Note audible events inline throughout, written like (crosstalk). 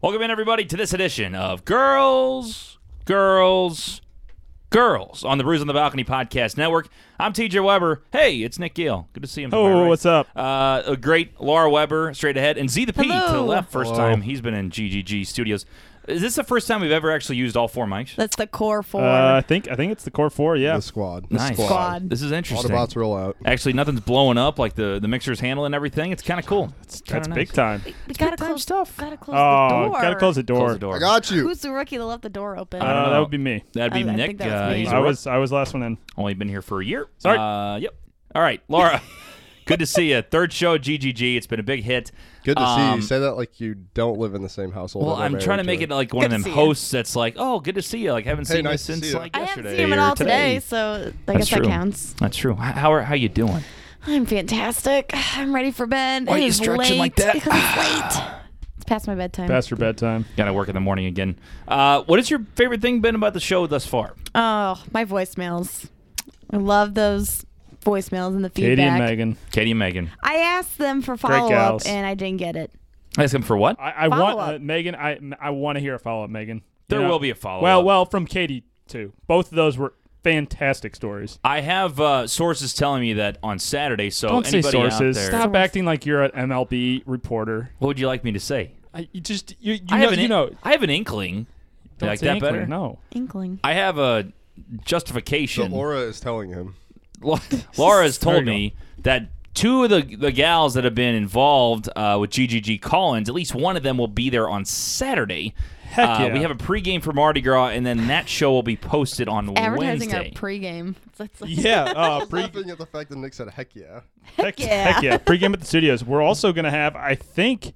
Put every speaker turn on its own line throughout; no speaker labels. Welcome in, everybody, to this edition of Girls, Girls, Girls on the Bruise on the Balcony Podcast Network. I'm TJ Weber. Hey, it's Nick Gill. Good to see him. to my
Oh,
right.
what's up?
Uh, a great Laura Weber straight ahead, and Z the P to the
Hello.
left. First time he's been in GGG Studios. Is this the first time we've ever actually used all four mics?
That's the core four.
Uh, I think I think it's the core four. Yeah,
The squad.
Nice.
The squad.
Squad.
This is interesting.
Autobots roll out.
Actually, nothing's blowing up like the the mixer's handling everything. It's kind of cool. It's kinda
that's
nice.
big time.
we we gotta
big time
close
stuff.
Gotta close the
Oh,
door.
gotta close the door.
Close the door.
I got you.
Who's the rookie that left the door open?
don't
Uh,
know.
that would be me.
That'd be
I- I
Nick.
think that was
uh,
me.
he's
I
a
was I was last one in.
Only been here for a year.
Sorry.
Uh, yep. All right, Laura. (laughs) good to see you. Third show, at GGG. It's been a big hit.
Good to see
Um,
you. Say that like you don't live in the same household.
Well,
that we're
I'm
married
trying to make it like one
Good
of them
to see you.
hosts that's like, oh, good to see you. Like, haven't
Hey,
seen
nice
you
to
since
see you.
like
I haven't
yesterday
seen him at
or
all
today.
today, so I
That's
guess that
true.
counts.
That's true. H- How are how you doing?
I'm fantastic. (sighs) I'm ready for bed.
Why are
it
you
is
stretching
late
like that?
Because
(sighs)
it's late. It's past my bedtime.
Past your bedtime.
Got to work in the morning again. Uh, what has your favorite thing been about the show thus far?
Oh, my voicemails. I love those voicemails and the feedback.
Katie and Megan.
Katie and Megan.
I asked them for follow up
gals.
and I didn't get it.
Ask them for what?
I, I want
Follow-up.
uh, Megan. I I want to hear a follow up, Megan. You
There
know?
will be a follow-up.
Well, well, from Katie too. Both of those were fantastic stories.
I have uh, sources telling me that on Saturday. So
Don't say
Oh, anybody
sources.
out there,
Stop acting like you're an MLB reporter.
what would you like me to say?
I, e- you just you, you
I
know
have an
you
in-
know.
I have an inkling. You
Don't
like
say
that
inkling.
better?
No.
Inkling.
I have a
The
justification.
aura is telling him.
La- (laughs) Laura has
There
told
you
me that two of the the gals that have been involved uh, with GGG Collins, at least one of them will be there on Saturday.
Heck
Uh,
yeah.
We have a pregame for Mardi Gras, and then that show will be posted on
Advertising
Wednesday.
our pregame. (laughs) It's like-
Yeah. (laughs) Uh,
Pre- laughing at the fact that Nick said, "Heck yeah."
Heck
yeah.
Heck yeah. Pre-game at the studios. We're also going to have, I think,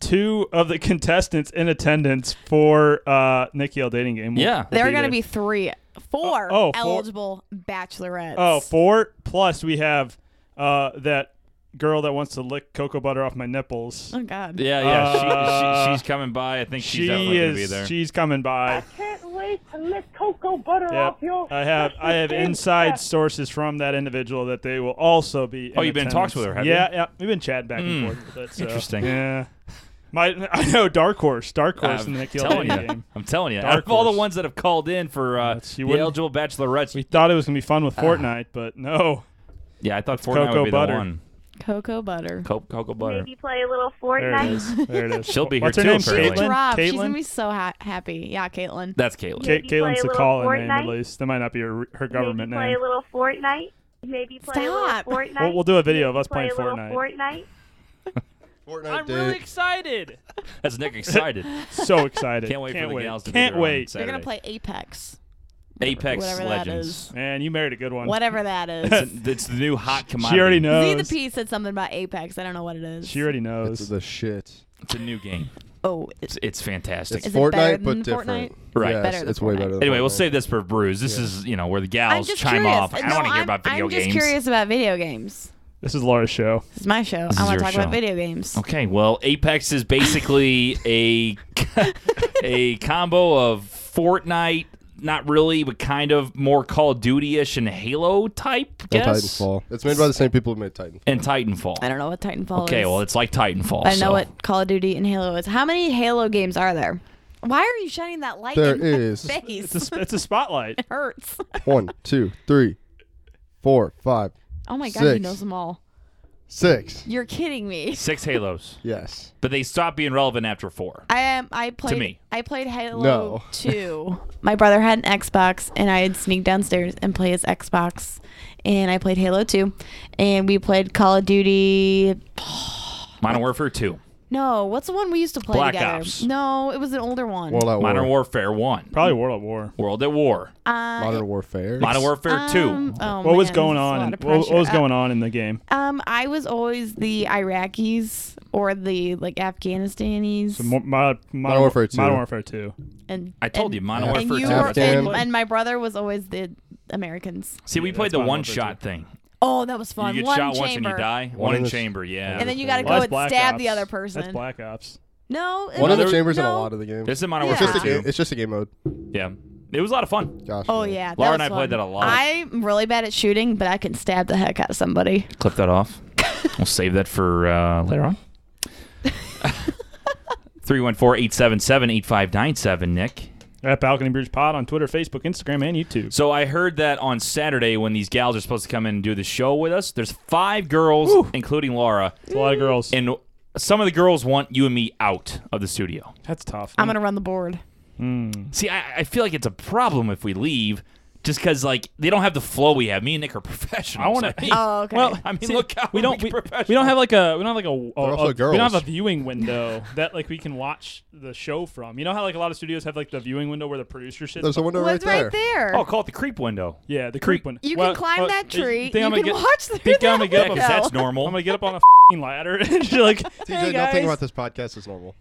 two of the (laughs) contestants in attendance for uh, Nick Yale Dating Game. We'll-
Yeah.
we'll
There are going to
there.
be three, four
Oh, oh, four-
eligible bachelorettes.
Oh, four. Plus, we have uh, that girl that wants to lick cocoa butter off my nipples.
Oh, God.
yeah, yeah, she,
Uh,
she, she's coming by. I think she's
She
definitely gonna be
is.
there.
She's coming by.
Can't wait to lick cocoa butter off
Yep.
your.
I have I have inside sources from that individual that they will also be.
Oh,
in
you've been in talks
attendance.
with her, have Hmm.
yeah, yeah, we've been chatting back and forth. With it, so,
Interesting.
Yeah, my (laughs) I know Dark Horse, Dark Horse
I'm
in the Nick Yale
telling
Dating
you,
Game.
I'm telling you. Out
Dark
of all the
horse.
ones that have called in for uh,
That's- you
the
wouldn't-
eligible bachelorettes,
We thought it was gonna be fun
Ah.
with Fortnite, but no.
yeah, I thought Fortnite
cocoa
would be
butter.
the one.
Cocoa butter.
Co- cocoa butter.
Maybe play a little
There it
Fortnite.
is. There it is.
She'll be
What's
here
her
too,
name?
apparently.
Caitlin.
Drop. She's
Caitlin.
gonna be so ha- happy. Yeah, Caitlin.
That's Caitlin.
Ca-
Maybe play a
Caitlin's the
little
call name, at
Fortnite?
least. That might not be her, her government
Maybe play
name.
a little Fortnite. Maybe play
Stop.
a little Fortnite.
We'll, we'll do a video of us
play
playing
a little
Fortnite.
Fortnite.
Fortnite
I'm
did.
really excited. That's Nick
(laughs)
excited.
So excited.
Can't wait for the gals to be
Can't
there on
wait.
Saturday.
They're gonna play Apex.
Apex
whatever that
Legends.
is.
Man, you married a good one.
Whatever that is. (laughs)
It's, it's the new hot commodity.
She already
Z
knows.
the P said something about Apex. I don't know what it is.
She already knows.
It's the shit.
It's a new game.
oh,
It's, it's fantastic.
It's
Is it better than
Fortnite, but different.
Fortnite?
Right.
Yes,
Better than
it's way
Fortnite.
better. Than
anyway, we'll
Fortnite.
save this for Brews. This is, you know, where the
I'm
gals
just
chime
curious.
off. I don't
No,
want to hear
I'm-
about video
I'm
games.
just curious about video games.
This is Laura's show.
This is my show.
This
I
is
want
your
to talk
show.
about video games.
Okay, well, Apex is
(laughs)
basically a (laughs) a combo of Fortnite, not really, but kind of more Call of Duty ish and Halo type.
And
Guess?
Titanfall. It's made by the same people who made Titanfall. (laughs)
and Titanfall.
I don't know what Titanfall is.
Okay, well, it's like Titanfall.
I know
so.
what Call of Duty and Halo is. How many Halo games are there? Why are you shining that light
There
in my
is.
face?
It's a, sp- it's a spotlight.
(laughs)
hurts.
One, two, three, four, five,
Oh my god, he
Six.
knows them all.
six.
You're kidding me.
Six Halos,
Yes.
but they stopped being relevant after four.
I am. I played.
me.
I played Halo
No. (laughs)
2. My brother had an Xbox, and I'd sneak downstairs and play his Xbox. And I played Halo 2, and we played Call of Duty.
Modern Warfare two,
No, what's the one we used to play
Black
together?
Ops.
No, it was an older one.
World at
Modern
War.
Warfare one,
Mm.
Probably World at War.
World at War,
uh,
Modern Warfare.
Modern Warfare
um,
two.
oh
What was going
man, this is a
on?
lot
in- what,
of
what
pressure.
was
Uh,
going on in the game?
Um, I was always the Iraqis or the like Afghanistanis.
Mo- Mod- Modern
Warfare 2.
Modern Warfare 2.
and
I told
and-
you, Modern
and
Warfare
you
two.
were-
Afghan.
and, and my brother was always the Americans.
See, we
Yeah,
played
that's
the
Modern
one
Warfare
shot thing.
Oh, that was
You
fun.
get
one
shot
chamber.
once and you die. One,
One
in
in the-
chamber, yeah.
And then you got to go
Well,
that's
and
Black
stab
Ops.
the other person.
That's Black Ops.
No, it
One of
was-
the chambers in a
no.
lot of the game.
this is Modern
Yeah.
Warfare
It's just a
two.
game. It's just a game mode.
Yeah, it was a lot of fun.
Gosh.
Oh
man.
yeah, that
Laura
was
and I played
fun.
that a lot.
I'm really bad at shooting, but I can stab the heck out of somebody. (laughs)
Clip that off. we'll save that for uh, later on. 314-877-8597, Nick.
At Balcony Bridge Pod on Twitter, Facebook, Instagram, and YouTube.
So I heard that on Saturday when these gals are supposed to come in and do the show with us, there's five girls, including Laura,
It's a lot of girls.
and some of the girls want you and me out of the studio.
That's tough.
I'm gonna run the board.
See, I, I feel like it's a problem if we leave, just because like they don't have the flow we have. Me and Nick are (laughs) professionals.
I want to. (laughs)
mean,
Oh, okay.
Well,
I mean,
see,
look out,
we don't
we're
we,
professional.
we don't have like a we don't have like a, a-
also
a- we don't
girls.
have a viewing window that like we can watch the show from. You know how like a lot of studios have like the viewing window where the producer sits.
There's a window right
What's right
there.
there?
Oh, call it the creep window.
yeah, the creep one.
You
Well,
can climb
well,
that
you
tree.
think I'm
you
gonna
can
get-
watch through
think
that (laughs)
I'm gonna get up
Yeah,
a-
window.
because that's
I'm
normal.
gonna get up
(laughs)
on a fing ladder (laughs) and you're like.
TJ,
Hey,
nothing
guys.
about this podcast is normal.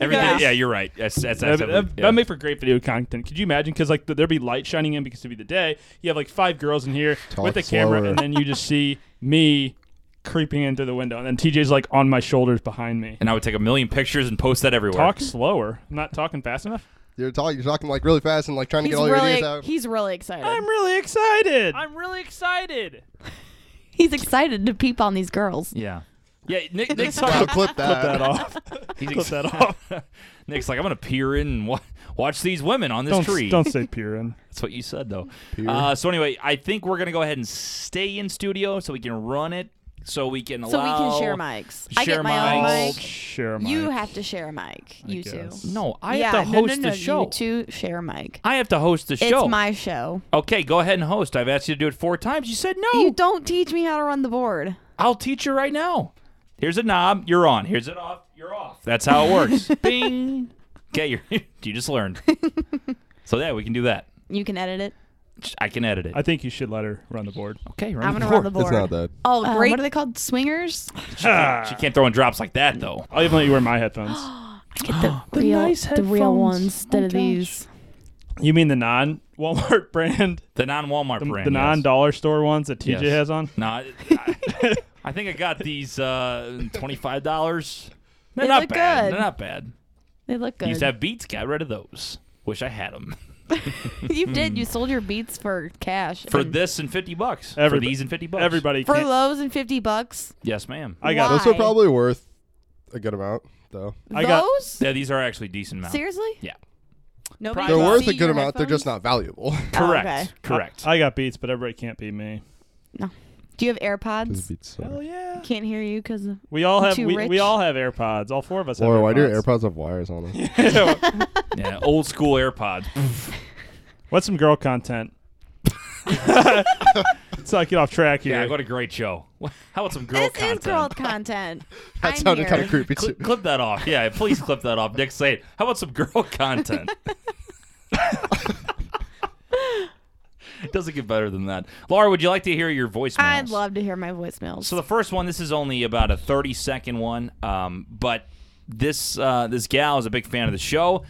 Everything.
Yeah.
Yeah, you're right. That's that's,
That'd,
that's
that'd,
every- yeah.
that'd make for great video content. Could you imagine? Because like th- there'd be light shining in because it'd be the day. You have like five girls in here
Talk
with the camera,
slower.
and then you just see me creeping in through the window, and then TJ's like on my shoulders behind me.
and I would take a million pictures and post that everywhere.
Talk slower. I'm not talking fast enough. (laughs)
You're talking, you're talking like really fast and like trying to
He's
get all your ideas
really
out.
he's really excited.
really excited.
I'm really excited.
he's excited to peep on these girls.
Yeah. Yeah, Nick. Nick's,
I'll
like,
clip that.
that (laughs) off.
he's
Clip
ex-
that off.
(laughs) Nick's like, I'm gonna peer in and wa- watch these women on this
Don't,
tree.
don't say Purin.
That's what you said, though.
Peer.
Uh, so anyway, I think we're gonna go ahead and stay in studio so we can run it, so we can
So we
allow.
can share mics. I
share
get my
mics.
own mic.
Share mic.
You have to share a mic. You two.
guess.
No, I
yeah,
have to
no,
host
no, no,
the show.
You two share a mic.
I have to host the
It's
show.
my show.
okay, go ahead and host. I've asked you to do it four times. You said no.
You don't teach me how to run the board.
I'll teach you right now. Here's a knob. You're on. Here's it off. You're off. That's how it
(laughs)
works. Bing. Okay, you're, (laughs) you just learned. so yeah, we can do that.
You can edit it.
I can edit it.
I think you should let her run the board.
okay,
I'm gonna run the board.
It's not that.
Oh,
Uh,
great!
what
what are they called?
(gasps)
Swingers.
She can't throw in drops like that though.
I'll even let you wear my headphones.
Get (gasps) the, real, the real ones instead of these.
You mean the non (laughs) Walmart brand,
The non-Walmart
the,
brand.
the
yes.
non dollar store ones that TJ
Yes.
has on?
No, I, I- I think I got these uh, twenty-five dollars. They're
They
not
look
bad.
good.
They're not bad.
They look good.
Used to have Beats. Got rid of those. Wish I had them
(laughs) you did. You sold your beats for cash.
Hmm. for
and-
this and fifty bucks. for
Everybo-
these and fifty bucks.
Everybody
for
can't.
those and fifty bucks.
Yes, ma'am.
I got
Why?
Those are probably worth a good amount, though.
I got-
those.
Yeah, these are actually decent amounts.
Seriously?
Yeah.
Nobody.
They're
can
worth
see
a good
your
amount. They're just
headphones?
not (laughs) valuable.
Correct.
oh, okay.
Correct.
I got beats, but everybody can't beat me.
Do you have AirPods?
Hell yeah!
Can't hear you because
We all have
Too
we,
rich.
we all have AirPods. All four of us.
Laura, (laughs) why
have
do
AirPods.
your AirPods have wires on them?
yeah, old school AirPods.
(laughs) What's some girl content? (laughs) so I get off track here.
yeah, what a great show. How about some girl
this
content?
is girl content.
(laughs) That
I'm
sounded
here.
kind of
(laughs)
creepy too.
clip, clip that off. Yeah, please clip that off. Nick, say it. How about some girl (laughs) content? it doesn't get better than that. Laura, would you like to hear your voicemails?
I'd love to hear my voicemails.
So the first one, this is only about a thirty-second one, um, but this uh, this gal is a big fan of the show,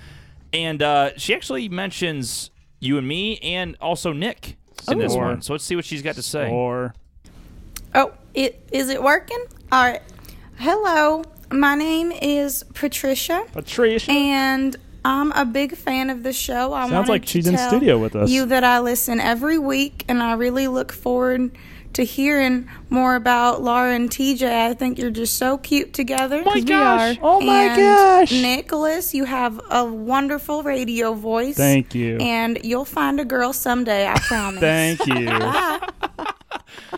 and uh, she actually mentions you and me, and also Nick in this
Sure.
one. So let's see what she's got to say.
Or
Oh, it is it working? All right. Hello, my name is Patricia,
Patricia.
and I'm a big fan of the show. I
Sounds
wanted
like she's
to
in
tell
studio with us.
You that I listen every week, and I really look forward to hearing more about Laura and TJ. I think you're just so cute together.
my gosh.
Oh my
and
gosh.
Nicholas, you have a wonderful radio voice.
Thank you.
And you'll find a girl someday,
(laughs)
I promise.
Thank you,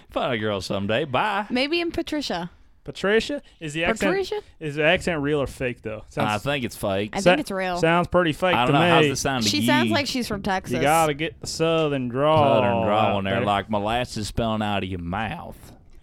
(laughs)
Find a girl someday. Bye.
Maybe in Patricia.
Patricia. Is the accent
Patricia?
is the accent real or fake though?
I
Sounds,
think it's fake.
I
sa-
think it's real.
Sounds pretty fake
Uh, I
to
don't know.
me.
How's the sound to
she
ye?
sounds like she's from Texas.
You gotta get the southern draw.
Southern draw on
out
there, like molasses spilling out of your mouth.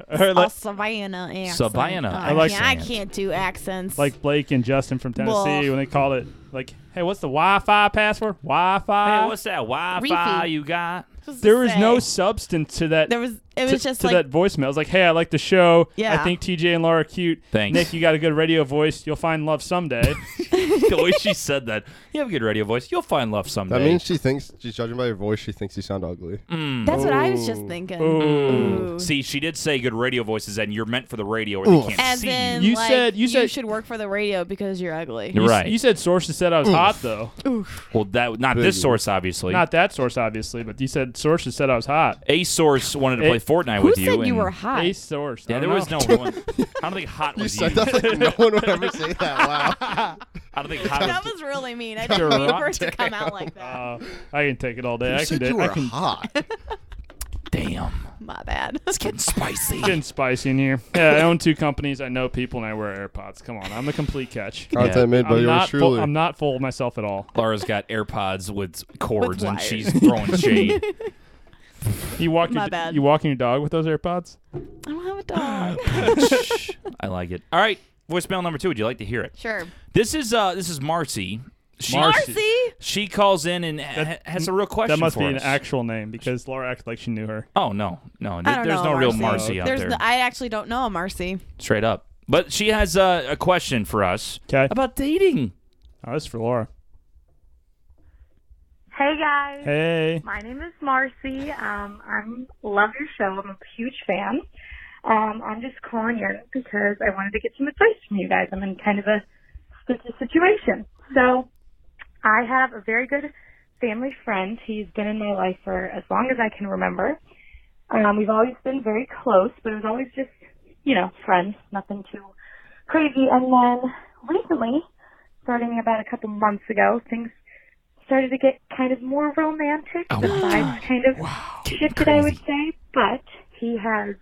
Or (laughs)
a
like,
Savannah accent.
Savannah
Oh, I,
accent.
can't, I can't do accents.
like Blake and Justin from Tennessee
Well-
when they call it like, hey, what's the Wi-Fi password? Wi-Fi.
Hey, what's that Wi-Fi
Reefy.
you got? (laughs)
Just to
there was no
say.
substance to that.
There was. It
to-
was just
to
like
that voicemail. It was like, hey, I like the show. I
Yeah.
think TJ and Laura are cute.
Thanks.
Nick, you got a good radio voice. You'll find love someday.
the way she said that. You have a good radio voice. You'll find love someday.
That means she thinks she's judging by your voice. She thinks you sound ugly.
Mm.
That's what I was just thinking. Ooh.
See, she did say good radio voices, and you're meant for the radio, where they can't
As
see
in,
you.
You
like,
said- you said-
should work for the radio because you're ugly.
(laughs) You're
You s-
right.
You said sources said I was hot though.
well, that not this
Biggie.
source, obviously.
Not that source, obviously, but you said sources said I was hot.
a source wanted to
Eh,
play Fortnite
Who
with
said
you.
you,
and-
were hot?
A source. I (laughs)
Yeah, there
don't
was no
know.
one. I don't think hot
(laughs) You
was
(laughs)
said that like no one would ever say that. Wow.
I don't think hot.
(laughs) That
is-
was really
(laughs)
mean. I didn't mean for it to come out like that.
Uh, I can take it all day.
You
I can.
said
do-
you
I
were
can. (laughs)
hot.
damn.
My
(laughs)
bad.
It's getting spicy.
Getting spicy in here. Yeah, I own two companies. I know people, and I wear AirPods. Come on, I'm the complete catch.
Content
Yeah.
made by
I'm
yours
not. Full,
truly. (laughs)
I'm not full of myself at all.
Laura's got AirPods with cords,
With
and
wires.
she's throwing
(laughs)
shade.
You walk.
My
Your,
bad.
You walking your dog with those AirPods?
I don't have a dog.
(laughs) I like it. All right, voicemail number two. Would you like to hear it?
sure.
This is uh, this is Marcy. She,
Marcy.
See?
she calls in and ha- has a real question.
That must
for
be an
us.
actual name because Laura acted like she knew her.
Oh no, no,
I don't
there's
know
no real
Marcy.
Marcy out
There's
there.
the, I actually don't know a Marcy.
Straight up. But she has uh, a question for us
'Kay.
about dating.
Oh, this is for Laura.
Hey guys.
Hey.
My name is Marcy. Um, I'm love your show. I'm a huge fan. Um, I'm just calling in because I wanted to get some advice from you guys. I'm in kind of a sticky situation. So I have a very good family friend. He's been in my life for as long as I can remember. Um, we've always been very close, but it was always just, you know, friends, nothing too crazy. And then recently, starting about a couple months ago, things started to get kind of more romantic. the vibes kind of shifted, I would say. But he has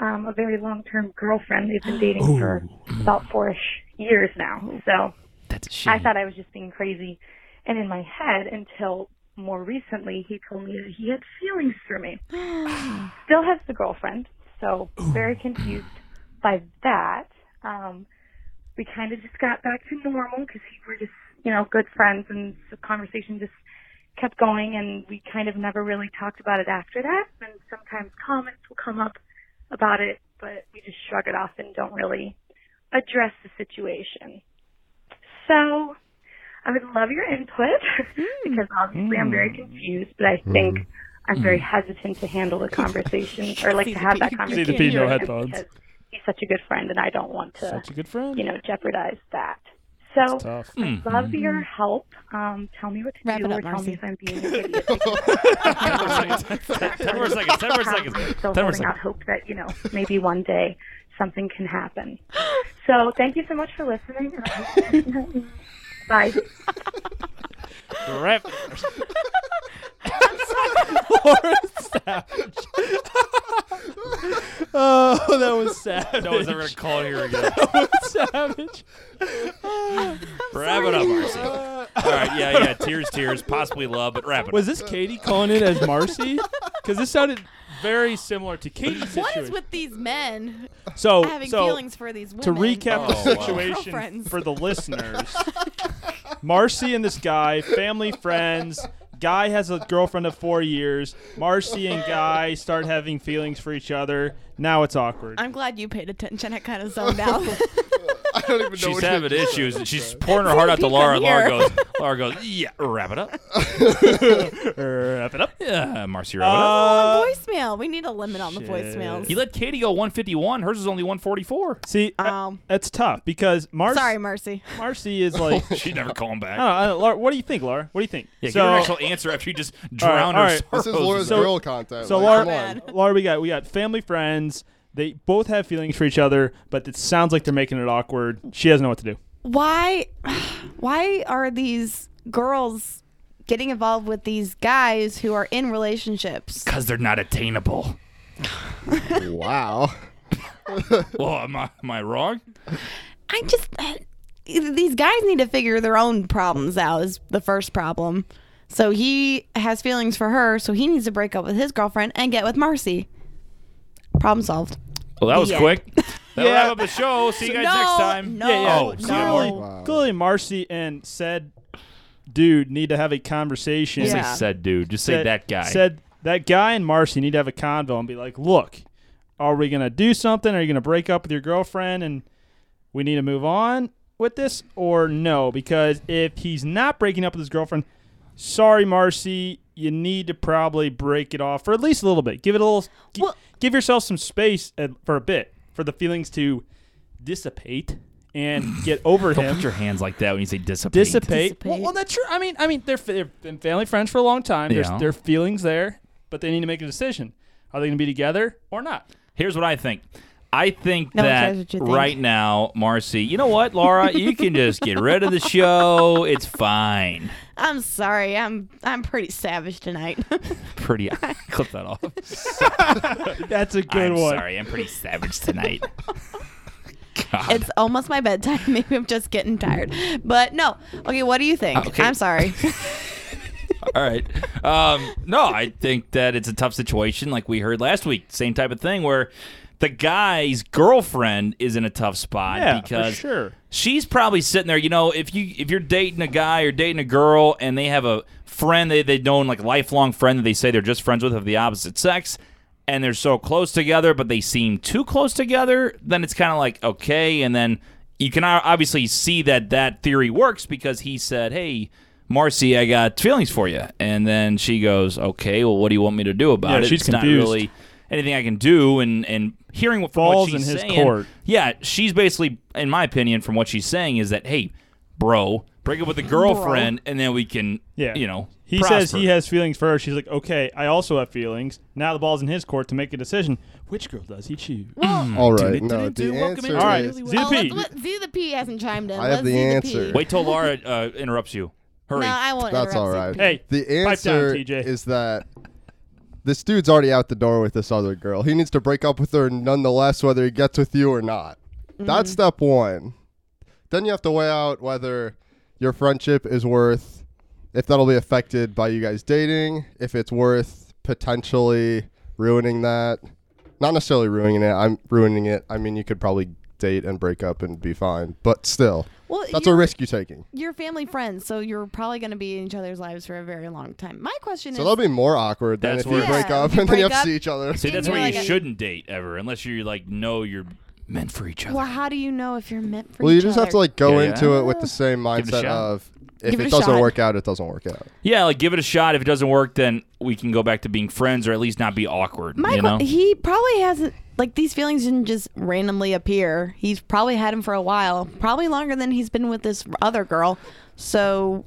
um, a very long-term girlfriend. They've been dating for about four-ish years now. So
That's a shame. (laughs)
I thought I was just being crazy and in my head until more recently he told me that he had feelings for me. Still has the girlfriend, so very confused by that. Um, we kind of just got back to normal because he were just, you know, good friends and the conversation just kept going and we kind of never really talked about it after that. And sometimes comments will come up about it, but we just shrug it off and don't really address the situation. So I would love your input (laughs)
Hmm.
because obviously I'm very confused, but I think I'm very hesitant to
(laughs)
handle the conversation or like
See
to
the
have
P-
that
See
you
conversation
the P, no
with him
headphones.
because he's such a good friend and I don't want
Uh,
to,
Such a good friend.
you know, jeopardize that.
(laughs)
So
Tough. (laughs)
I'd love your help. Um, tell me what to
Wrap
do
it up,
or tell
Marcy.
me if I'm
(laughs)
being an idiot.
ten more seconds. Ten more seconds.
I'm still
Ten more
holding
seconds.
out hope that, you know, maybe one day something can happen. So thank you so much for listening. and I hope- (laughs) Bye.
Rep-
oh, that
(laughs)
was sad.
No one's ever gonna call here
(laughs)
again.
savage.
wrap it up, Marcy. All right, yeah, yeah. Tears, tears, possibly love, but wrap
(laughs)
it.
Was
up.
this Katie calling in as Marcy? Because this sounded very similar to Katie's situation.
What is with these men
so
having
Oh, so
feelings for these women?
to recap
Oh,
the
wow.
situation
Girlfriends. Oh,
for the
(laughs)
listeners, Marcy and this guy, family friends. Guy has a girlfriend of four years. Marcy and Guy start having feelings for each other. Now it's awkward.
I'm glad you paid attention. I kind
(laughs)
of zoned out.
(laughs) I don't even know
She's
what
having
you're-
issues. and She's pouring her heart out to Laura. and Laura goes, Laura goes, yeah, wrap it up.
(laughs)
Wrap (laughs) it up.
Yeah, Marcy, wrap it up.
Oh,
Uh,
voicemail. We need a limit on the
shit.
voicemails.
You let Katie go 151. Hers is only (laughs) 144.
see, that-
Um,
that's tough because Mar-
Sorry, Mercy.
Marcy is
(laughs)
like.
She's never calling back.
I don't know, I don't- Laura, what do you think, Laura? What do you think?
yeah, give her an
so,
actual answer after you just drown
all
her.
right.
This is
sorrows.
Laura's
So-
girl content.
so
like,
Laura,
come on.
Laura, we got we got family friends. They both have feelings for each other, but it sounds like they're making it awkward. She doesn't know what to do.
Why? (sighs) Why are these girls getting involved with these guys who are in relationships?
because they're not attainable.
Wow.
(laughs) Well, am I, am I wrong?
I just uh, these guys need to figure their own problems out is the first problem. So he has feelings for her, so he needs to break up with his girlfriend and get with Marcy. Problem solved.
Well, that was
Yeah. (laughs)
quick. That'll
Yeah.
wrap up the show. See you guys next
No,
time.
no,
Yeah, yeah.
Oh, see you
clearly,
tomorrow.
no.
Wow.
clearly, Marcy and said dude need to have a conversation.
Yeah.
Say said dude. Just say
Said-
that guy.
Said that guy and Marcy need to have a convo and be like, look, are we gonna do something? Are you gonna break up with your girlfriend and we need to move on with this or no? Because if he's not breaking up with his girlfriend, sorry, Marcy, you need to probably break it off for at least a little bit. Give it a little. gi-
Well-
give yourself some space uh, for a bit for the feelings to dissipate and get
(laughs)
over
Don't
him
put your hands like that when you say dissipate.
dissipate.
Dissipate.
Well, well, that's true. I mean, I mean, they're, they've been family friends for a long time. There's
Yeah.
their feelings there, but they need to make a decision. Are they going to be together or not?
Here's what I think. I think
No one cares
that
what you think.
right now, Marcy, you know what, Laura? you can just get rid of the show. It's fine.
I'm sorry. I'm I'm pretty savage tonight. (laughs)
Pretty. (laughs) Clip that off.
That's a good
I'm
one.
sorry. I'm pretty savage tonight. God.
it's almost my bedtime. (laughs) Maybe I'm just getting tired. But no. Okay, what do you think?
Okay. (laughs)
I'm sorry.
(laughs) All right. Um, no, I think that it's a tough situation, like we heard last week. Same type of thing where the guy's girlfriend is in a tough spot
Yeah, for
because
sure.
she's probably sitting there. You know, if you if you're dating a guy or dating a girl and they have a friend they they known like lifelong friend that they say they're just friends with of the opposite sex. And they're so close together, but they seem too close together. Then it's kind of like okay, and then you can o- obviously see that that theory works because he said, "Hey, Marcy, I got feelings for you. And then she goes, okay, well, what do you want me to do about
Yeah,
it?
she's
it's
confused.
not really anything I can do. And, and hearing what, from
Balls
what she's
in his
saying,
court.
yeah, she's basically, in my opinion, from what she's saying is that, hey, bro, break up with the girlfriend and then we can,
Yeah.
you know,
He says
prosper.
he has feelings for her. She's like, okay, I also have feelings. Now the ball's in his court to make a decision. Which girl does he choose?
Hmm.
(laughs)
All right. No,
do,
the
welcome
answer
into
All right,
is
Z
Oh,
the P.
let's- let- Z the P hasn't chimed in.
I have
Let's
the
Z
answer.
P.
Wait till Laura uh, interrupts you. Hurry.
No, I won't.
that's
interrupt
all
Z
right.
P.
Hey,
The
pipe down,
answer
TJ.
is that this dude's already out the door with this other girl. He needs to break up with her nonetheless, whether he gets with you or not. That's step one. Then you have to weigh out whether your friendship is worth, if that'll be affected by you guys dating, if it's worth potentially ruining that. Not necessarily ruining it. I'm ruining it. I mean, you could probably date and break up and be fine, but still,
Well,
that's a
you're,
risk you're taking.
you're family friends, so you're probably going to be in each other's lives for a very long time. My question
So
is.
that'll be more awkward than
That's
if you
where-
break
Yeah,
up
if you
and then you
break
have to
up-
see each other.
See, that's
You're
where you
like a-
shouldn't date ever unless you're like, no, you're meant for each other.
well, how do you know if you're meant for
Well, you
each
just
other?
have to like go
Yeah,
into
yeah.
it with the same
Give it a
mindset
shot.
of if
Give
it,
it a
doesn't
shot.
work out, it doesn't work out.
Yeah, like give it a shot. If it doesn't work, then we can go back to being friends or at least not be awkward. you know?
Michael, he probably hasn't like these feelings didn't just randomly appear. He's probably had him for a while, probably longer than he's been with this other girl. So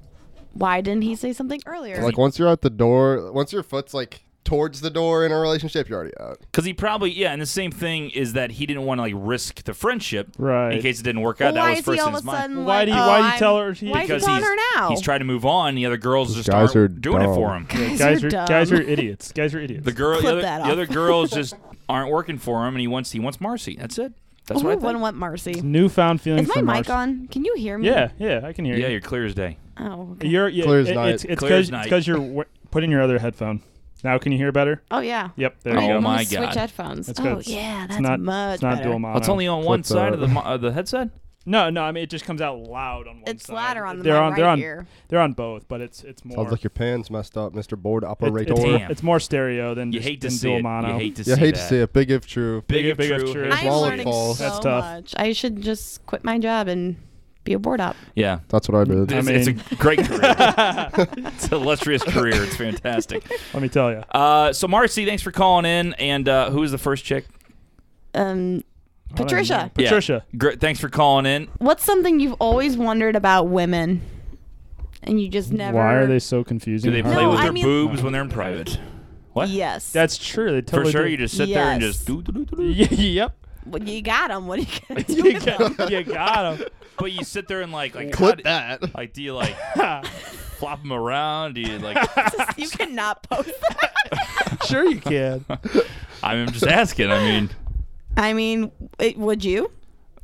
why didn't he say something earlier?
Like once you're at the door, once your foot's like towards the door in a relationship, you're already out.
Because he probably yeah, and the same thing is that he didn't want to like risk the friendship
Right.
in case it didn't work
Well,
out.
why
that was
is he
first
all
in
of a
his mind.
sudden
Why
like,
do you-
oh,
why do you
I'm-
tell her he-
Why is
Because
he telling
he's,
her now?
he's trying to move on. The other girls just aren't
guys are
doing it for him.
guys,
guys are
dumb.
guys
(laughs)
are idiots. Guys are
(laughs)
idiots.
The girl,
Clip
the other,
that
the
off.
other
(laughs)
girls just aren't working for him, and he wants he wants Marcy. That's it. That's
Ooh,
what I
wouldn't
think.
want Marcy.
Newfound feelings
Is my
for
mic
Marcy.
on? Can you hear me?
Yeah, yeah, I can hear
Yeah,
you.
you're clear as day.
Oh. okay.
You're, yeah,
Clear as
it-
night.
It's it's
Clear as
because
night.
because you're w- putting your other headphone. Now can you hear better?
Oh yeah.
Yep, there
oh,
you go.
my
let me
God.
Switch headphones.
That's good.
oh
It's-
yeah, that's
it's not
much
it's not
better.
dual mono.
it's only on one
Clip uh,
side of the
that.
mo- of the headset.
No, no, I mean it just comes out loud on one
It's
side.
louder on the
they're
mic
on, they're
right
on,
here.
They're on both, but it's it's more
Sounds like your pan's messed up, Mr. Board
it-
Operator.
it's,
Damn.
it's more stereo than
You
just,
hate to
than
see
dual
it.
mono.
You hate to see
you hate to
that.
see it. Big if true.
Big,
Big-
if
big if
true.
true.
hate
I'm
to
I'm
see
Wall
it.
of
learning
falls.
so
That's tough.
much. I should just quit my job and be a board op.
Yeah.
That's what I did.
It's,
mean-
it's a (laughs) great career. it's an illustrious career. It's
(laughs)
fantastic.
Let me tell you.
Uh, so Marcy, thanks for calling in. And uh, who is the first chick?
Um, Patricia,
Yeah.
Patricia.
Gr- thanks for calling in.
what's something you've always wondered about women, and you just never?
Why are they so confusing?
Do they
Huh?
play
No,
with
I
their
mean-
boobs when they're in private? What?
Yes,
That's true. They
For
totally
sure,
do.
you just sit there and
Yes.
just do do do do. do.
(laughs) Yeah, yep.
well, you got them. What
(laughs)
are you gonna do?
you got, you got 'em.
But you sit there and
(laughs)
like like how
Clip
do-
that.
Like, do you like (laughs) flop them around? Do you
(laughs)
like?
(laughs)
(laughs)
you cannot post that.
(laughs) Sure you can.
I mean, I'm just asking. I mean,
I mean, it, would you?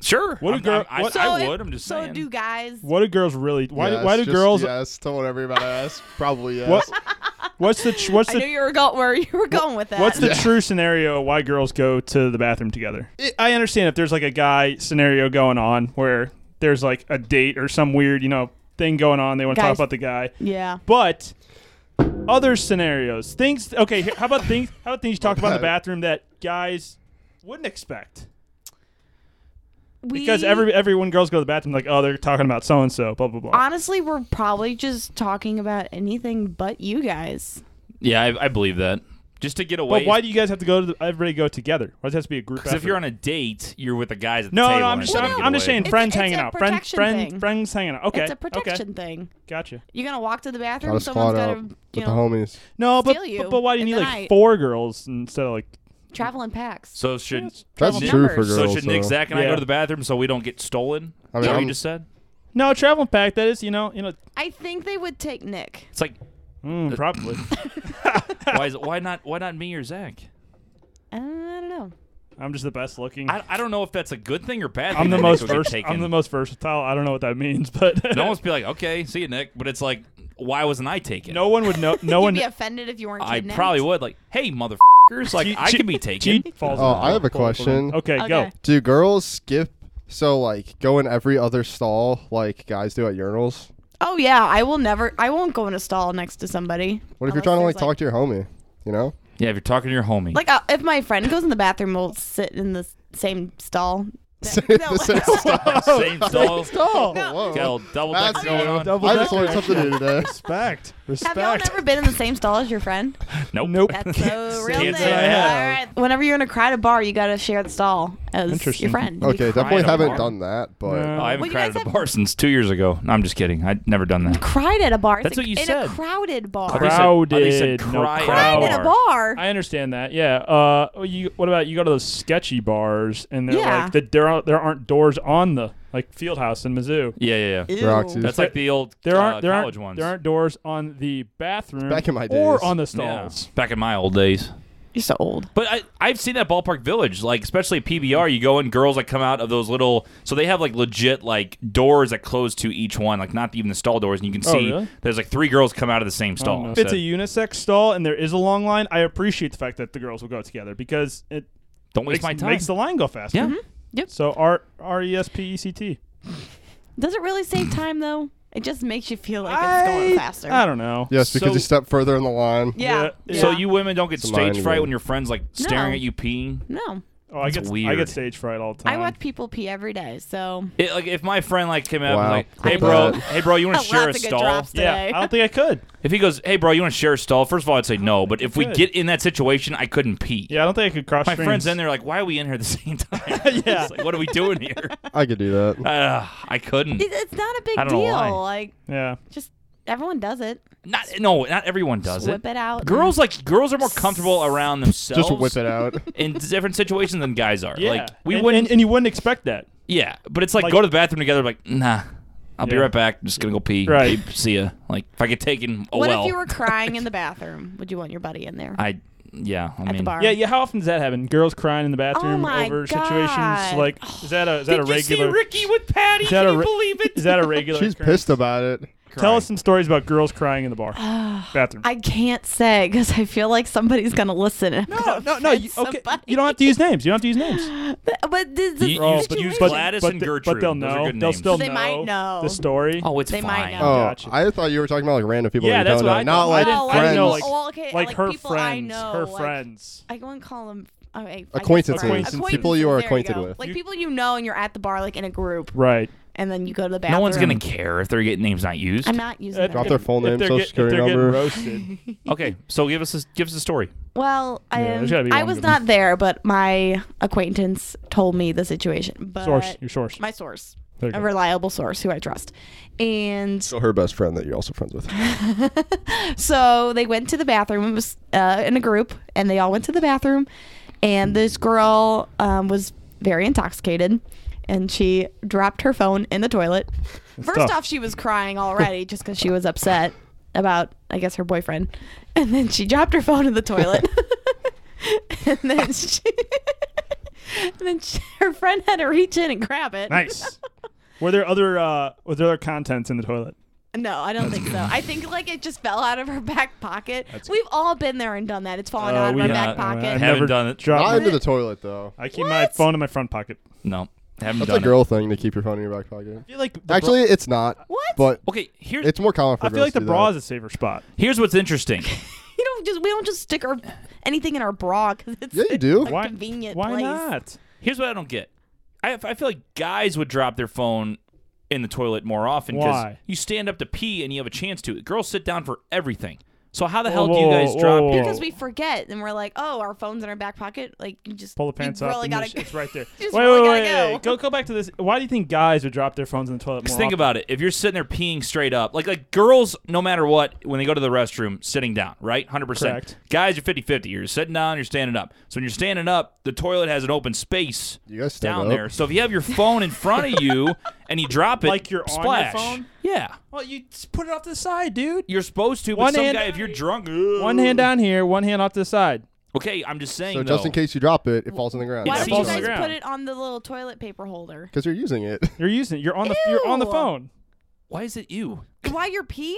sure.
What a
I'm-
girl-
I'm- I,
what-
I
if-
would. I'm just
so
saying.
do guys.
What do girls really? Why? do
Yes,
why do
just
girls?
Yes, to whatever you're about to ask. Probably yes.
What? What's the tr- what's
I knew
the
you were go- where you were going with that.
what's the true scenario why girls go to the bathroom together? I I understand if there's like a guy scenario going on where there's like a date or some weird you know thing going on. They want to talk
Guys-
about the guy,
yeah.
but other scenarios, things. Okay, here- how about things? How about things you talk about in
(laughs)
the bathroom that guys wouldn't expect? Because
We-
every everyone girls go to the bathroom like, oh, they're talking about so and so, blah blah blah.
honestly, we're probably just talking about anything but you guys.
Yeah, I, I believe that. Just to get away.
But why do you guys have to go to the, everybody go together? Why does it have to be a group?
Because if
effort?
you're on a date, you're with the guys at the
no,
table.
no, I'm
and
just,
it's
Well,
a
I'm,
good
I'm just
way.
saying
It's-
friends
it's a
hanging out, friends,
protection
friends,
thing.
friends hanging out. Okay,
it's a protection
okay,
thing.
gotcha.
You're gonna walk to the
Gotta
bathroom.
squad
Someone's
up
gotta,
with
you
the
know,
homies.
No, but,
Steal you
but but why do you
in
need
the
like
night.
four girls instead of like
Travel in packs.
So should
That's
Travel
true for
numbers.
girls.
so should Nick,
though.
Zach, and I
Yeah.
go to the bathroom so we don't get stolen?
I
is that
mean,
what
I'm-
you just said?
No, traveling pack. That is, you know, you know,
I think they would take Nick.
(laughs)
It's like Uh, (laughs)
mm, probably.
why is it, why not why not me or Zach?
I don't know.
I'm just the best looking.
I, I don't know if that's a good thing or bad. thing
I'm the
that
most
Nick would get
versatile.
taken.
I'm the most versatile. I don't know what that means, (laughs) but
It'd almost be like okay, see you Nick, but it's like why wasn't I taken?
no one would
(laughs)
know. No
You'd
one. (laughs)
be offended if you weren't
Oh, I
kidnapped.
probably would. Like hey motherfuckers, like
G-
I
G-
could be taken.
G falls
Oh,
in.
I have a question.
Okay, go.
Okay.
Do girls skip so like go in every other stall like guys do at urinals?
Oh yeah, I will never. I won't go in a stall next to somebody.
What
Unless
if you're trying to
there's,
like, talk to your homie? You know?
yeah, if you're talking to your homie,
Like uh, if my friend goes in the bathroom, we'll sit in the s- same stall.
(laughs) The same
(laughs) (laughs)
(laughs)
stall.
same stall,
Whoa.
got a little double
That's
deck going
good.
on.
Double
I just
decker
learned something new today.
Respect.
Have y'all
Respect.
never been in the same stall as your friend?
Nope. (laughs)
Nope. (laughs)
That's a real thing.
Can't
All
say I have.
right. Whenever you're in a crowd at a bar, you gotta share the stall as your
Interesting.
friend.
Oh.
You
Okay,
cry
definitely
at a
haven't
bar?
done that, but
Uh,
Oh, I haven't
Well, you
cried at
guys
a
have-
bar since two years ago. No, I'm just kidding. I'd never done that.
cried at a bar.
That's
It's a-
what you
in
said.
a crowded
I
bar.
thought you said- I thought you said
Crowded, no
cry at
crowd.
Cried
a
at a bar.
I understand that. Yeah. Uh, you. What about you? Go to those sketchy bars, and they're
Yeah.
like that. There aren't there aren't doors on the like Fieldhouse in Mizzou.
Yeah, yeah, yeah.
Roxy.
That's like the old
There aren't
uh,
there
college
aren't
ones.
there aren't doors on the bathroom
Back in my days.
or on the
Yeah,
stalls.
back in my old days.
You're so old.
But I, I've seen that ballpark village, like especially PBR. You go in, girls like come out of those little. So they have like legit like doors that close to each one, like not even the stall doors, and you can
Oh,
see
really?
there's like three girls come out of the same stall.
If
So-
it's a unisex stall and there is a long line, I appreciate the fact that the girls will go together because it
don't waste
makes,
my time.
makes Mm-hmm. the line go faster.
yeah,
Mm-hmm.
So R R E S P E C T.
Does it really save time though? It just makes you feel like it's
I
going faster.
I don't know.
yes, because you
So-
step further in the line.
yeah.
yeah.
So you women don't get
It's a
stage
mind
fright
game.
when your friends like staring
No.
at you peeing.
No.
Oh, I
That's
get I
weird.
get stage fright all the
Um,
time.
I watch people pee every day, so
It, like if my friend like came out
Wow.
and was like, "Hey
I
bro,
bet.
hey bro, you
(laughs)
want to
Lots
share a
of good
stall?"
drops
Yeah,
today.
I don't think I could.
If he goes, "Hey bro, you want to share a stall?" First of all, I'd say no. But if we
Good.
get in that situation, I couldn't pee.
Yeah, I don't think I could cross.
My
streams.
friends in there like, "Why are we in here at the same (laughs)
(laughs)
time?" It's like, what are we doing here?
I could do that.
Uh, I couldn't.
(laughs) It- it's not a
I
big
don't know why.
deal. Like
Yeah.
just everyone does it.
Not no, not everyone does
Whip
it.
it out.
Girls like girls are more comfortable around themselves
Just
(laughs)
whip it out.
in different situations than guys are.
Yeah.
Like we
and,
wouldn't.
and, and you wouldn't expect that.
yeah, but it's like,
like-
go to the bathroom together. Like nah, I'll be
Yeah.
right back. I'm just gonna go pee.
Right.
Hey, see ya. Like if I get taken, oh
What
well.
if you were crying
(laughs)
in the bathroom? Would you want your buddy in there
I yeah. I
at
mean,
the bar?
Yeah, yeah. How often does that happen? Girls crying in the bathroom
Oh my
over
God.
situations like is that a is that a regular?
Ricky with Patty?
Is that a re- Is that a regular?
(laughs) She's
occurrence?
pissed about it.
Tell us some stories about girls crying in the
(sighs)
bar bathroom.
I can't say because I feel like somebody's gonna listen. and I'm
no,
gonna
no, no. You,
offend
okay,
somebody.
you don't have to use names. You don't have to use (laughs) names.
But, but this, this
You-
Oh,
Use-
but
use
but,
Gladys
but
and
they-
Gertrude.
But they'll
Those are
know.
good
they'll
names.
still
They
know
might know.
the story.
Oh, it's
They might
fine.
know.
Oh,
Gotcha.
I thought you were talking about like random people.
Yeah,
you
that's
don't
what
know.
I
Not
thought.
like
I didn't,
friends.
I didn't know like,
Well, okay,
like
like
her
people I
friends,
know,
her
like-
friends.
I go and call them. Oh, I- I guess
Acquaintances.
friends.
Acquaintances.
People you are
there go.
acquainted with.
like people you know, and you're at the bar, like in a group,
Right.
and then you go to
Oh.
the bathroom.
No one's gonna care if they're getting names not used.
I'm not using
Drop
that.
their full
If
name,
they're
social
get- if
security
they're getting
number.
(laughs) roasted.
Okay, so give us a, give us a story.
Well, um,
there's gotta be
I
one
was
good
not there, but my acquaintance told me the situation. But
source. Your source.
my source,
There you
a
go.
reliable source who I trust, and
So her best friend that you're also friends with.
so they went to the bathroom. It was uh, in a group, and they all went to the bathroom. And this girl um, was very intoxicated, and she dropped her phone in the toilet. First
tough.
off, she was crying already just because she was upset about, I guess, her boyfriend. (laughs) And then she dropped her phone in the toilet. (laughs) and then she. (laughs) And then she, her friend had to reach in and grab it.
Nice. Were there other uh, was there other contents in the toilet?
No, I don't think so. I think like it just fell out of her (laughs) back pocket. We've all been there and done that. It's fallen
Uh,
out of
we-
our
Yeah,
back
uh,
pocket.
Haven't done it.
dropped-
Not into the toilet though.
I keep my phone in my front pocket.
No, haven't
That's
done
a
it.
girl thing to keep your phone in your back pocket.
I feel like
Actually, it's not.
What?
But
Okay, here's
it's more common for
I
girls.
feel like
to
the
do
bra
that.
is a safer spot.
here's what's interesting.
(laughs) you don't just we don't just stick our anything in our bra because it's
Yeah, you do.
a
Why?
convenient
why
place.
not?
Here's what I don't get. I, I feel like guys would drop their phone in the toilet more often because
Why?
you stand up to pee and you have a chance to. Girls sit down for everything. So how the hell do you guys drop?
whoa, whoa.
your-
(laughs) Because we forget and we're like, oh, our phone's in our back pocket. Like, you just
Pull the pants
you
off.
Really
and
gotta,
it's- it's right there.
just
wait,
really
wait,
gotta
wait,
go.
wait. Go go back to this. Why do you think guys would drop their phones in the toilet more
Just think about it. If you're sitting there peeing straight up, like like girls, no matter what, when they go to the restroom, sitting down, right? 100%.
Correct.
Guys, you're 50 50. You're sitting down, you're standing up. So when you're standing up, the toilet has an open space
You guys stand
down
up.
there. So if you have your phone in front of you
(laughs)
and you drop it,
Like you're on your
splash.
phone?
Yeah.
Well, you just put it off to the side, dude.
You're supposed to, but
One
some
hand-
guy, if you're drunk,
One hand down here, one hand off to the side.
Okay, I'm just saying.
So just in
though,
case you drop it, it falls on the
(laughs)
ground.
Why
It
don't you
falls on
guys
the
ground.
put it on the little toilet paper holder?
Because you're using it.
You're using it. You're on the you're on the
Ew.
phone.
Why is it you?
Why you're peeing?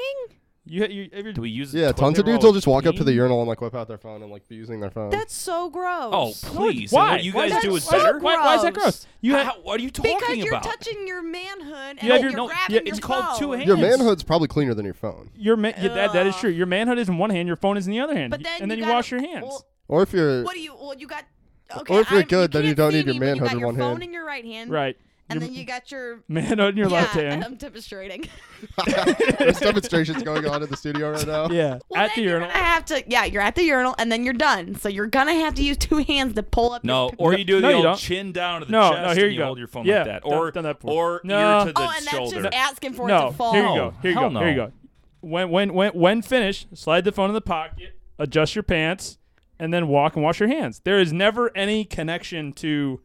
You, you, if you're,
Do we use
yeah,
toilet
tons of
paper
dudes
roll?
will just walk up to the
clean?
urinal and like whip out their phone and like be using their phone.
That's so gross.
Oh, please.
why?
What you
Why
guys
that
do is
so
better.
why, why is that
gross.
gross? You
How-
have,
how- what are you talking
because you're
about?
touching your manhood and
You have
you're
your- no,
grabbing
yeah,
your
it's called two
phone.
hands.
your manhood's probably cleaner than your phone.
your ma- yeah, that, that is
Ugh.
true. Your manhood is in one hand, your phone is in the other hand.
But then
and then you,
gotta-
wash your hands.
well,
Or if you're (laughs)
what do you? Well, you got. Okay,
Or if you're
I'm-
good, then you
can't
don't
see
need your
me, but
manhood in one
You got your phone
hand.
in your right hand,
right.
And
Your
then you got your.
(laughs) manhood in your
yeah,
left hand.
(laughs) I'm
(laughs)
demonstrating.
there's demonstrations going on in the studio right now.
Yeah.
Well,
at the
then you're
urinal.
gonna have to. Yeah, you're at the urinal, and then you're done. So you're gonna have to use two hands to pull up.
No,
your
or you do
No,
the
you
old
don't.
chin down to the
No,
chest
no, here
and
you
you
go.
hold your phone
Yeah,
like that,
done-
or
done that before.
or
No.
ear to the
Oh, and that's
shoulder.
just asking for it
no,
to fall.
here you go. Here you
Hell
go. Here you
no.
go. When when when when finished, slide the phone in the pocket, adjust your pants, and then walk and wash your hands. There is never any connection to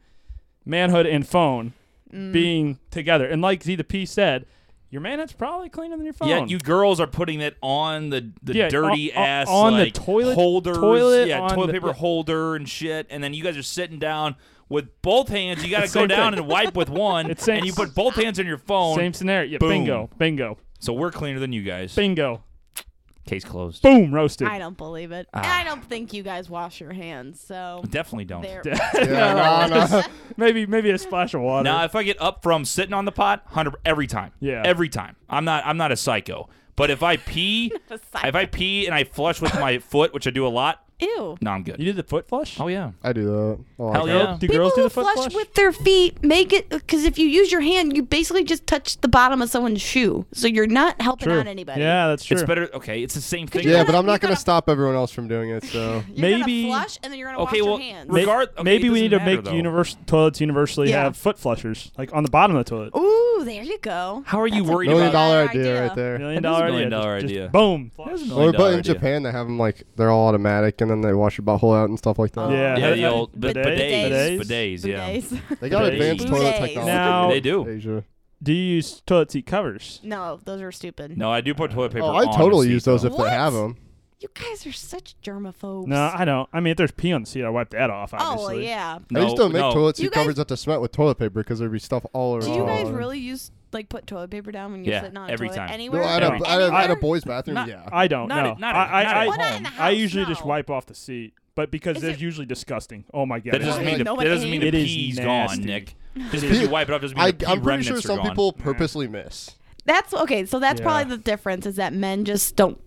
manhood and phone
Mm.
being together. And like Z the P said, your manhood's probably cleaner than your phone.
yeah, you girls are putting that on the, the
Yeah,
dirty
on- on-
ass
on the
like,
toilet-
holders,
toilet,
yeah,
on
toilet
the-
paper
yeah.
holder and shit, and then you guys are sitting down with both hands. You got to
It's
go
same
down
thing.
and wipe with one,
It's same-
and you put both hands on your phone.
same scenario. Yeah,
Boom.
bingo, bingo,
So we're cleaner than you guys.
bingo,
Case closed.
boom, roasted.
I don't believe it. And
Ah.
I don't think you guys wash your hands. So
Definitely don't.
(laughs)
there.
Yeah, no, no.
maybe maybe a splash of water.
Now, if I get up from sitting on the pot, hundred every time.
Yeah.
every time. I'm not. I'm not a psycho. But if I
(laughs)
pee,
a psycho.
if I pee and I flush with
(laughs)
my foot, which I do a lot,
Ew.
no, I'm good.
you did the foot flush?
oh yeah.
I do that. Oh, I
Hell
got-
yeah.
Do
People
girls do
who
the foot
flush,
flush?
with their feet make it because if you use your hand, you basically just touch the bottom of someone's shoe, so you're not helping
True.
out anybody.
Yeah, that's true.
It's better. Okay, it's the same thing.
Yeah, but
You
I'm not going
gotta-
to stop everyone else from doing it. So
You're gonna
Maybe-
flush and then you're gonna
Okay,
wash
well,
your hands.
May-
regard- okay,
maybe
it
we need to
doesn't
make
matter, though.
universe toilets universally
Yeah. Oh,
have foot flushers, like on the bottom of the toilet.
Ooh, there you go.
How are you
That's a
worried
million
about?
dollar
dollar
idea,
idea.
right there.
Million
That is a
dollar
million
idea.
dollar
Just- just
idea.
boom.
There's no
Or
dollar
but in
idea.
Japan they have them like they're all automatic and then they wash your butthole out and stuff like that.
Yeah.
Yeah, the
Uh,
old bid-
bidets.
bidets,
Bidets.
bidets, yeah.
Oh. Bidets.
They got
Bidets.
advanced
Bidets.
toilet technology.
Now-
They do.
in Asia.
Do you use toilet seat covers?
no, those are stupid.
No, I do put toilet paper.
Oh, I
on
totally
the
use
seat,
those
though.
if
What?
they have them.
You guys are such germaphobes.
No, I don't. I mean, if there's pee on the seat, I wipe that off.
oh
Obviously.
yeah.
I used to make
no.
toilet
You
seat
guys-
covers that to smell with toilet paper because there'd be stuff all around.
Do you guys really use like put toilet paper down when you're
Yeah,
sitting on a
every
toilet
time.
anywhere?
No, I had
Every-
a, I had a, I had a
Anywhere?
boy's bathroom.
Not-
yeah.
I don't.
Not
know.
at- not at-
I, I,
not at
I,
Well, not in
home. the
I
house,
usually
no.
just wipe off the seat, but because
Is
they're
it-
usually disgusting. Oh my god.
That doesn't
Yeah.
mean
No
the,
one
that doesn't
can
mean the
eat it. It is
pee's gone,
nasty.
(laughs)
Nick. Just because you wipe it up doesn't mean
I,
the pee
I'm pretty sure
remnants are
some
gone.
people purposely miss.
That's okay. So that's
Yeah.
probably the difference is that men just don't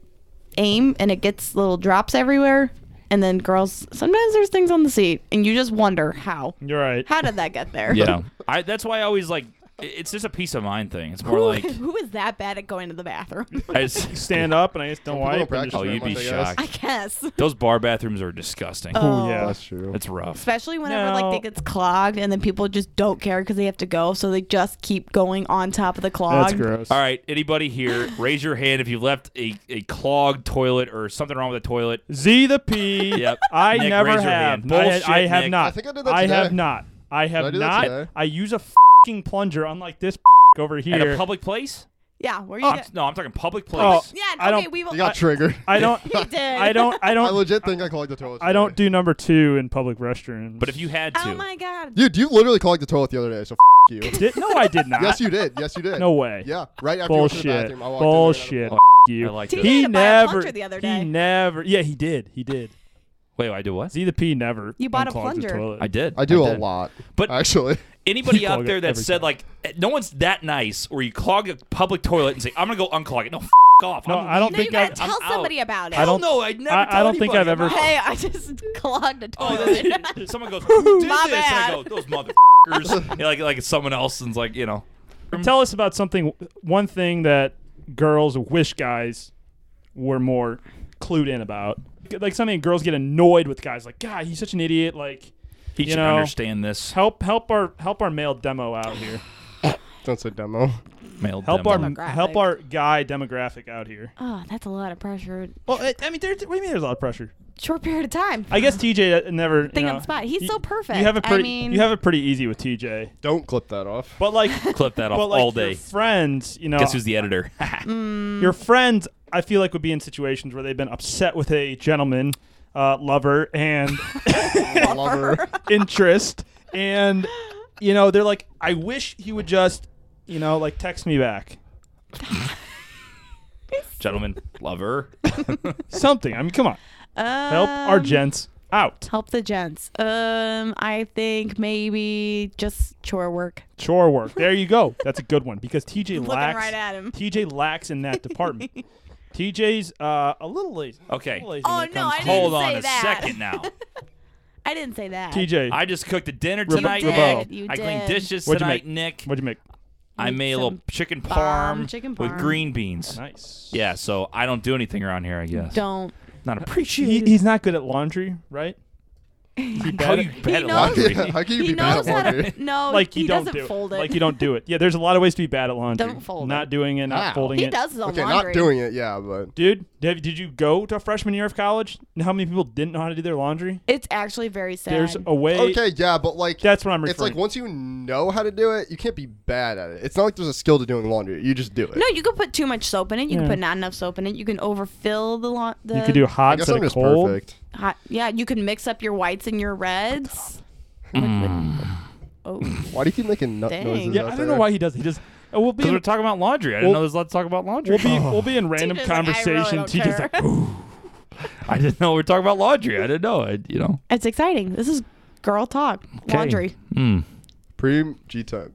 aim and it gets little drops everywhere. And then girls, sometimes there's things on the seat and you just wonder how.
(laughs) You're right.
How did that get there?
(laughs)
Yeah, I, that's why I always like. it- It's just a peace of mind thing. It's more
(laughs) Who, (laughs)
like
who is that bad at going to the bathroom?
I just,
Stand up and I just don't
People don't
wipe. and
practice
just-
oh,
very
you'd be
much, I guess.
shocked.
I guess.
Those bar bathrooms are disgusting.
Oh, yeah.
That's true.
It's rough.
Especially whenever
No.
like it gets clogged and then people just don't care because they have to go, so they just keep going on top of the clog.
That's gross.
All right, anybody here, raise your hand if you left a, a clogged toilet or something wrong with the
(laughs)
toilet.
Z the P.
Yep.
I
Nick,
never
raise your
have.
hand.
I, had-
Bullshit,
I have
Nick.
not.
I think I did that today.
have not. I have
I do that
not.
today?
I use a fing plunger, unlike this (laughs) over here.
At a public place?
Yeah, where you
Oh, I'm-
get-
no, I'm talking public place.
Oh,
Yeah, okay,
I don't- (laughs)
we will. (laughs)
You got triggered.
I don't.
he did.
I don't. I
I
don't.
legit think I clogged the toilet.
I don't
today.
do number two in public restrooms.
But if you had to,
Oh my god.
Dude, you literally clogged the toilet the other day. So f- you.
did, no, I
(laughs)
did not.
Yes, you did. Yes, you did.
No way.
Yeah, right after you went to
Bullshit.
the bathroom, I walked in there and I
Bullshit.
had a
Oh,
F- you.
I like
He
that.
He
He
had to buy a
never.
plunger the other
He
day.
never. Yeah, he did. He did.
Wait, I do what?
Z the P never.
You bought a
unclogged
plunger.
The toilet.
I did.
I do
a
a lot,
But-
actually,
Anybody
You
out
clog
there
it
that
every
said
time.
like, eh, no one's that nice, where you clog a public toilet and say, I'm gonna go unclog it. No, f- off.
No,
I'm
I don't
No, you
think
gotta
I've-
I'm
tell
out.
somebody about it.
I don't-
know. I never.
I- I
tell
don't think
anybody.
I've ever-
I'm out.
(laughs) Hey, I just clogged a
Oh,
toilet. (laughs)
that's- someone goes, who did
My
this? I
bad.
go, those motherfuckers. Yeah, like, like it's someone else, and's like, you know,
Tell us about something. One thing that girls wish guys were more clued in about. Like something girls get annoyed with guys like, God, he's such an idiot. Like
He
You
should
know-
understand this.
help help our help our male demo out here.
Don't say demo.
Male
Help
demo.
our
Demographic.
help our guy demographic out here.
Oh, that's a lot of pressure.
(laughs) Well, I, I mean, there's, what do you mean? There's a lot of pressure.
Short period of time.
I guess TJ never you
Think on
know,
the spot. He's
you-
so perfect.
You have it
I
pretty.
mean-
you have it pretty easy with TJ.
Don't clip
(laughs)
that off.
But
(laughs)
like,
Clip that off
but like
all
your
day.
friends, you know,
Guess who's the editor?
Mm.
your friends, I feel like would be in situations where they've been upset with a gentleman, uh, lover,
(laughs)
and (laughs)
Lover.
interest, and you know, they're like, I wish he would just, you know, like text me back.
Gentlemen,
(laughs)
lover.
Something. I mean, come on, help our
Um,
gents out.
Help the gents. Um, I think maybe just chore work.
Chore work. There you go. That's a good one because TJ
(laughs) Looking
lacks.
right at him.
TJ lacks in that
(laughs)
department. TJ's uh, a little lazy.
Okay.
A little lazy
Oh,
when it
no,
comes
I
to-
didn't
Hold on
say
a
that.
second now.
(laughs) I didn't say that.
TJ,
I just cooked a dinner
Rebe-
tonight.
You
Nick.
did,
you
I cleaned
did.
dishes
What'd you
tonight,
make?
Nick.
what'd you make?
I
Make
made a little
some
chicken
bomb
parm,
chicken
with
parm.
green beans.
Nice.
Yeah, so I don't do anything around here, I guess.
Don't.
Not
He,
appreciated.
he's not good at laundry, right? He
(laughs)
How
bad
you
at-
bad
He
at
knows- (laughs)
laundry?
How can you
He
be bad
knows
at
how
laundry?
to. No,
(laughs) like
Oh, he
you don't
doesn't
do it.
fold it.
Like you don't do it. Yeah, there's a lot of ways to be bad at laundry.
Don't fold
Not
it.
doing it, not
Wow.
folding
He
it.
does his own
Okay,
laundry.
not doing it. Yeah, but
Dude, did, did you go to freshman year of college? And How many people didn't know how to do their laundry?
It's actually very sad.
There's a way.
okay, yeah, but like
That's what I'm referring.
it's like once you know how to do it, you can't be bad at it. It's not like there's a skill to doing laundry. You just do it.
No, you can put too much soap in it. You
Yeah.
can put not enough soap in it. You can overfill the lawn. The
you could do
I
hot
guess
instead
I'm
of
just
cold.
perfect.
hot. Yeah, you can mix up your whites and your reds.
Hmm.
(laughs) Oh.
Why do you keep making nut
Dang.
noises?
Yeah,
out
I don't
there?
know why he does. He just. Oh, we'll be.
Because we're
In,
talking about laundry. I didn't
Well-
know there's a lot to talk about laundry. (sighs)
we'll be. We'll be in random
TJ's like, I really
conversation.
don't
TJ's
care.
like, "Ooh."
(laughs) I didn't know we were talking about laundry. I didn't know. I, you know.
It's exciting. This is girl talk. Laundry.
Hmm.
Mm.
Pre G type.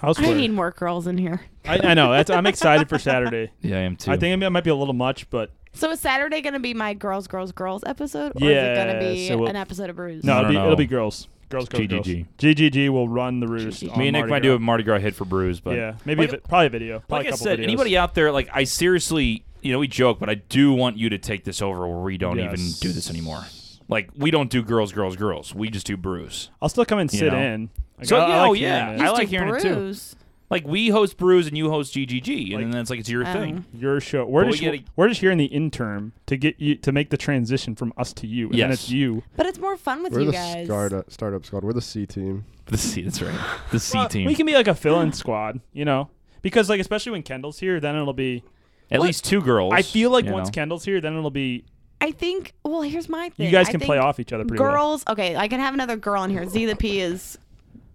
houseware.
I need more girls in here.
I, I know. That's, I'm excited
(laughs)
for Saturday.
Yeah, I am too.
I think it might be a little much, but
So is Saturday going to be my girls, girls, girls episode, or is it going to be
Yeah, so we'll-
an episode of Bruise?
no,
I
it'll
don't
be, it'll
know.
be girls. Girls, girls, girls.
GGG.
GGG will run the roost. on
me and Nick
Mardi
might do
Gras.
a Mardi Gras hit for brews, but
Yeah, maybe
Like-
a, vi- probably a video. Probably
like
a
I
couple
said,
videos.
anybody out there, like I seriously, you know, we joke, but I do want you to take this over where we don't even
Yes.
do this anymore. Like we don't do girls, girls, girls. We just do brews.
I'll still come and
You
sit
know?
in. Like,
So,
I,
yeah,
I
oh,
like hearing
yeah. I like hearing
it.
it too.
Bruise.
Like we host brews and you host GGG, and
Like-
then it's like it's your
Oh.
thing.
your show. We're
But we
just
gotta-
we're just here in the interim to get you to make the transition from us to you, and then
Yes.
it's you.
But it's more fun with
We're
you
the
guys.
startup startup squad. We're the C team.
(laughs) The C, that's right. The C team.
We can be like a fill-in squad, you know, because like especially when Kendall's here, then it'll be.
At least two girls.
I feel like
you
once
know.
Kendall's here, then it'll be
I think. Well, here's my thing.
you guys
I
can play
think
off each other pretty well.
Girls. Okay, I can have another girl in here. Z the P is.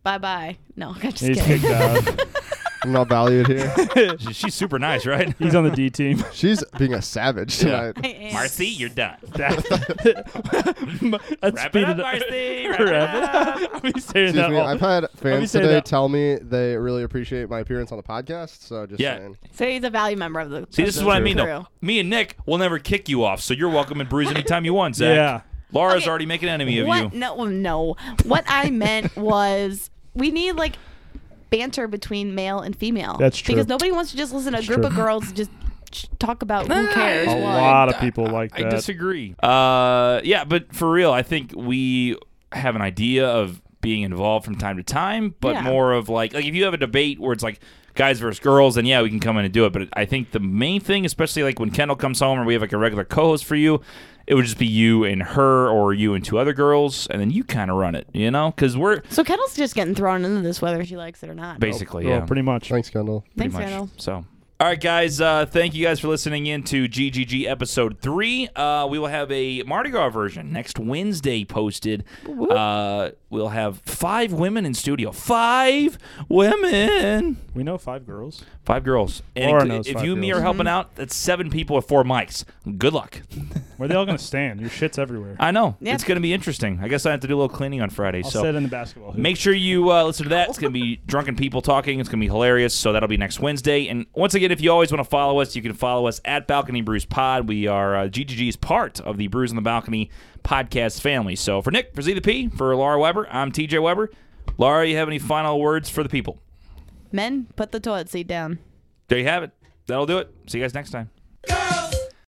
Bye bye. No, (laughs) I'm just
He's
kidding.
kicked out.
(laughs)
I'm not valued here.
(laughs)
She- (laughs) she's super nice, right? (laughs)
He's on the D team. (laughs)
She's being a savage
Yeah.
tonight.
(laughs) I am.
Marcy, you're done.
That- Let's
Wrap
speed
it up,
it up. (laughs)
Marcy. Wrap
Wrap
it up.
it up. (laughs) I'll be saying
Excuse
that
me.
all-
I've had fans
saying
today
that-
tell me they really appreciate my appearance on the podcast. So just
Yeah.
saying.
So he's a value member of the.
See, this is what I mean,
True.
though. Me and Nick will never kick you off, so you're welcome and bruise anytime you want, Zach.
(laughs) Yeah.
Laura's
Okay.
already making an enemy of
What?
you.
No, no. What
(laughs)
I meant was we need like banter between male and female.
That's true.
Because nobody wants to just listen to a group
true. Ah,
of girls just ch- talk about who cares.
A
what.
lot of people like
I
that.
disagree. Uh, yeah, but for real, I think we have an idea of being involved from time to time, but
Yeah.
more of like, like if you have a debate where it's like guys versus girls, then yeah, we can come in and do it. But I think the main thing, especially like when Kendall comes home or we have like a regular co-host for you, it would just be you and her or you and two other girls, and then you kind of run it, you know? Because we're
So Kendall's just getting thrown into this whether she likes it or not.
basically,
Well,
yeah,
pretty much.
Thanks, Kendall.
pretty
Thanks, Kendall.
So. All right, guys. Uh, thank you guys for listening in to GGG episode three. Uh, we will have a Mardi Gras version next Wednesday posted. Uh, we'll have five women in studio. Five women,
We know five girls.
five girls. And
Laura
inclu-
knows
if
five
you and me
girls.
are
Mm-hmm.
helping out, that's seven people with four mics. Good luck.
Where are they all going to stand? Your shit's everywhere.
I know
Yeah.
it's going to be interesting. I guess I have to do a little cleaning on Friday.
I'll
so
sit in the basketball hoop.
Make sure you uh, listen to that. It's going to be drunken people talking. It's going to be hilarious. So that'll be next Wednesday. And once again, if you always want to follow us, you can follow us at Balcony Brews Pod. We are uh, GGG's part of the Brews on the Balcony podcast family. So for Nick, for Z the P, for Laura Weber, I'm TJ Weber. Laura, you have any final words for the people?
Men, put the toilet seat down.
There you have it. That'll do it. See you guys next time.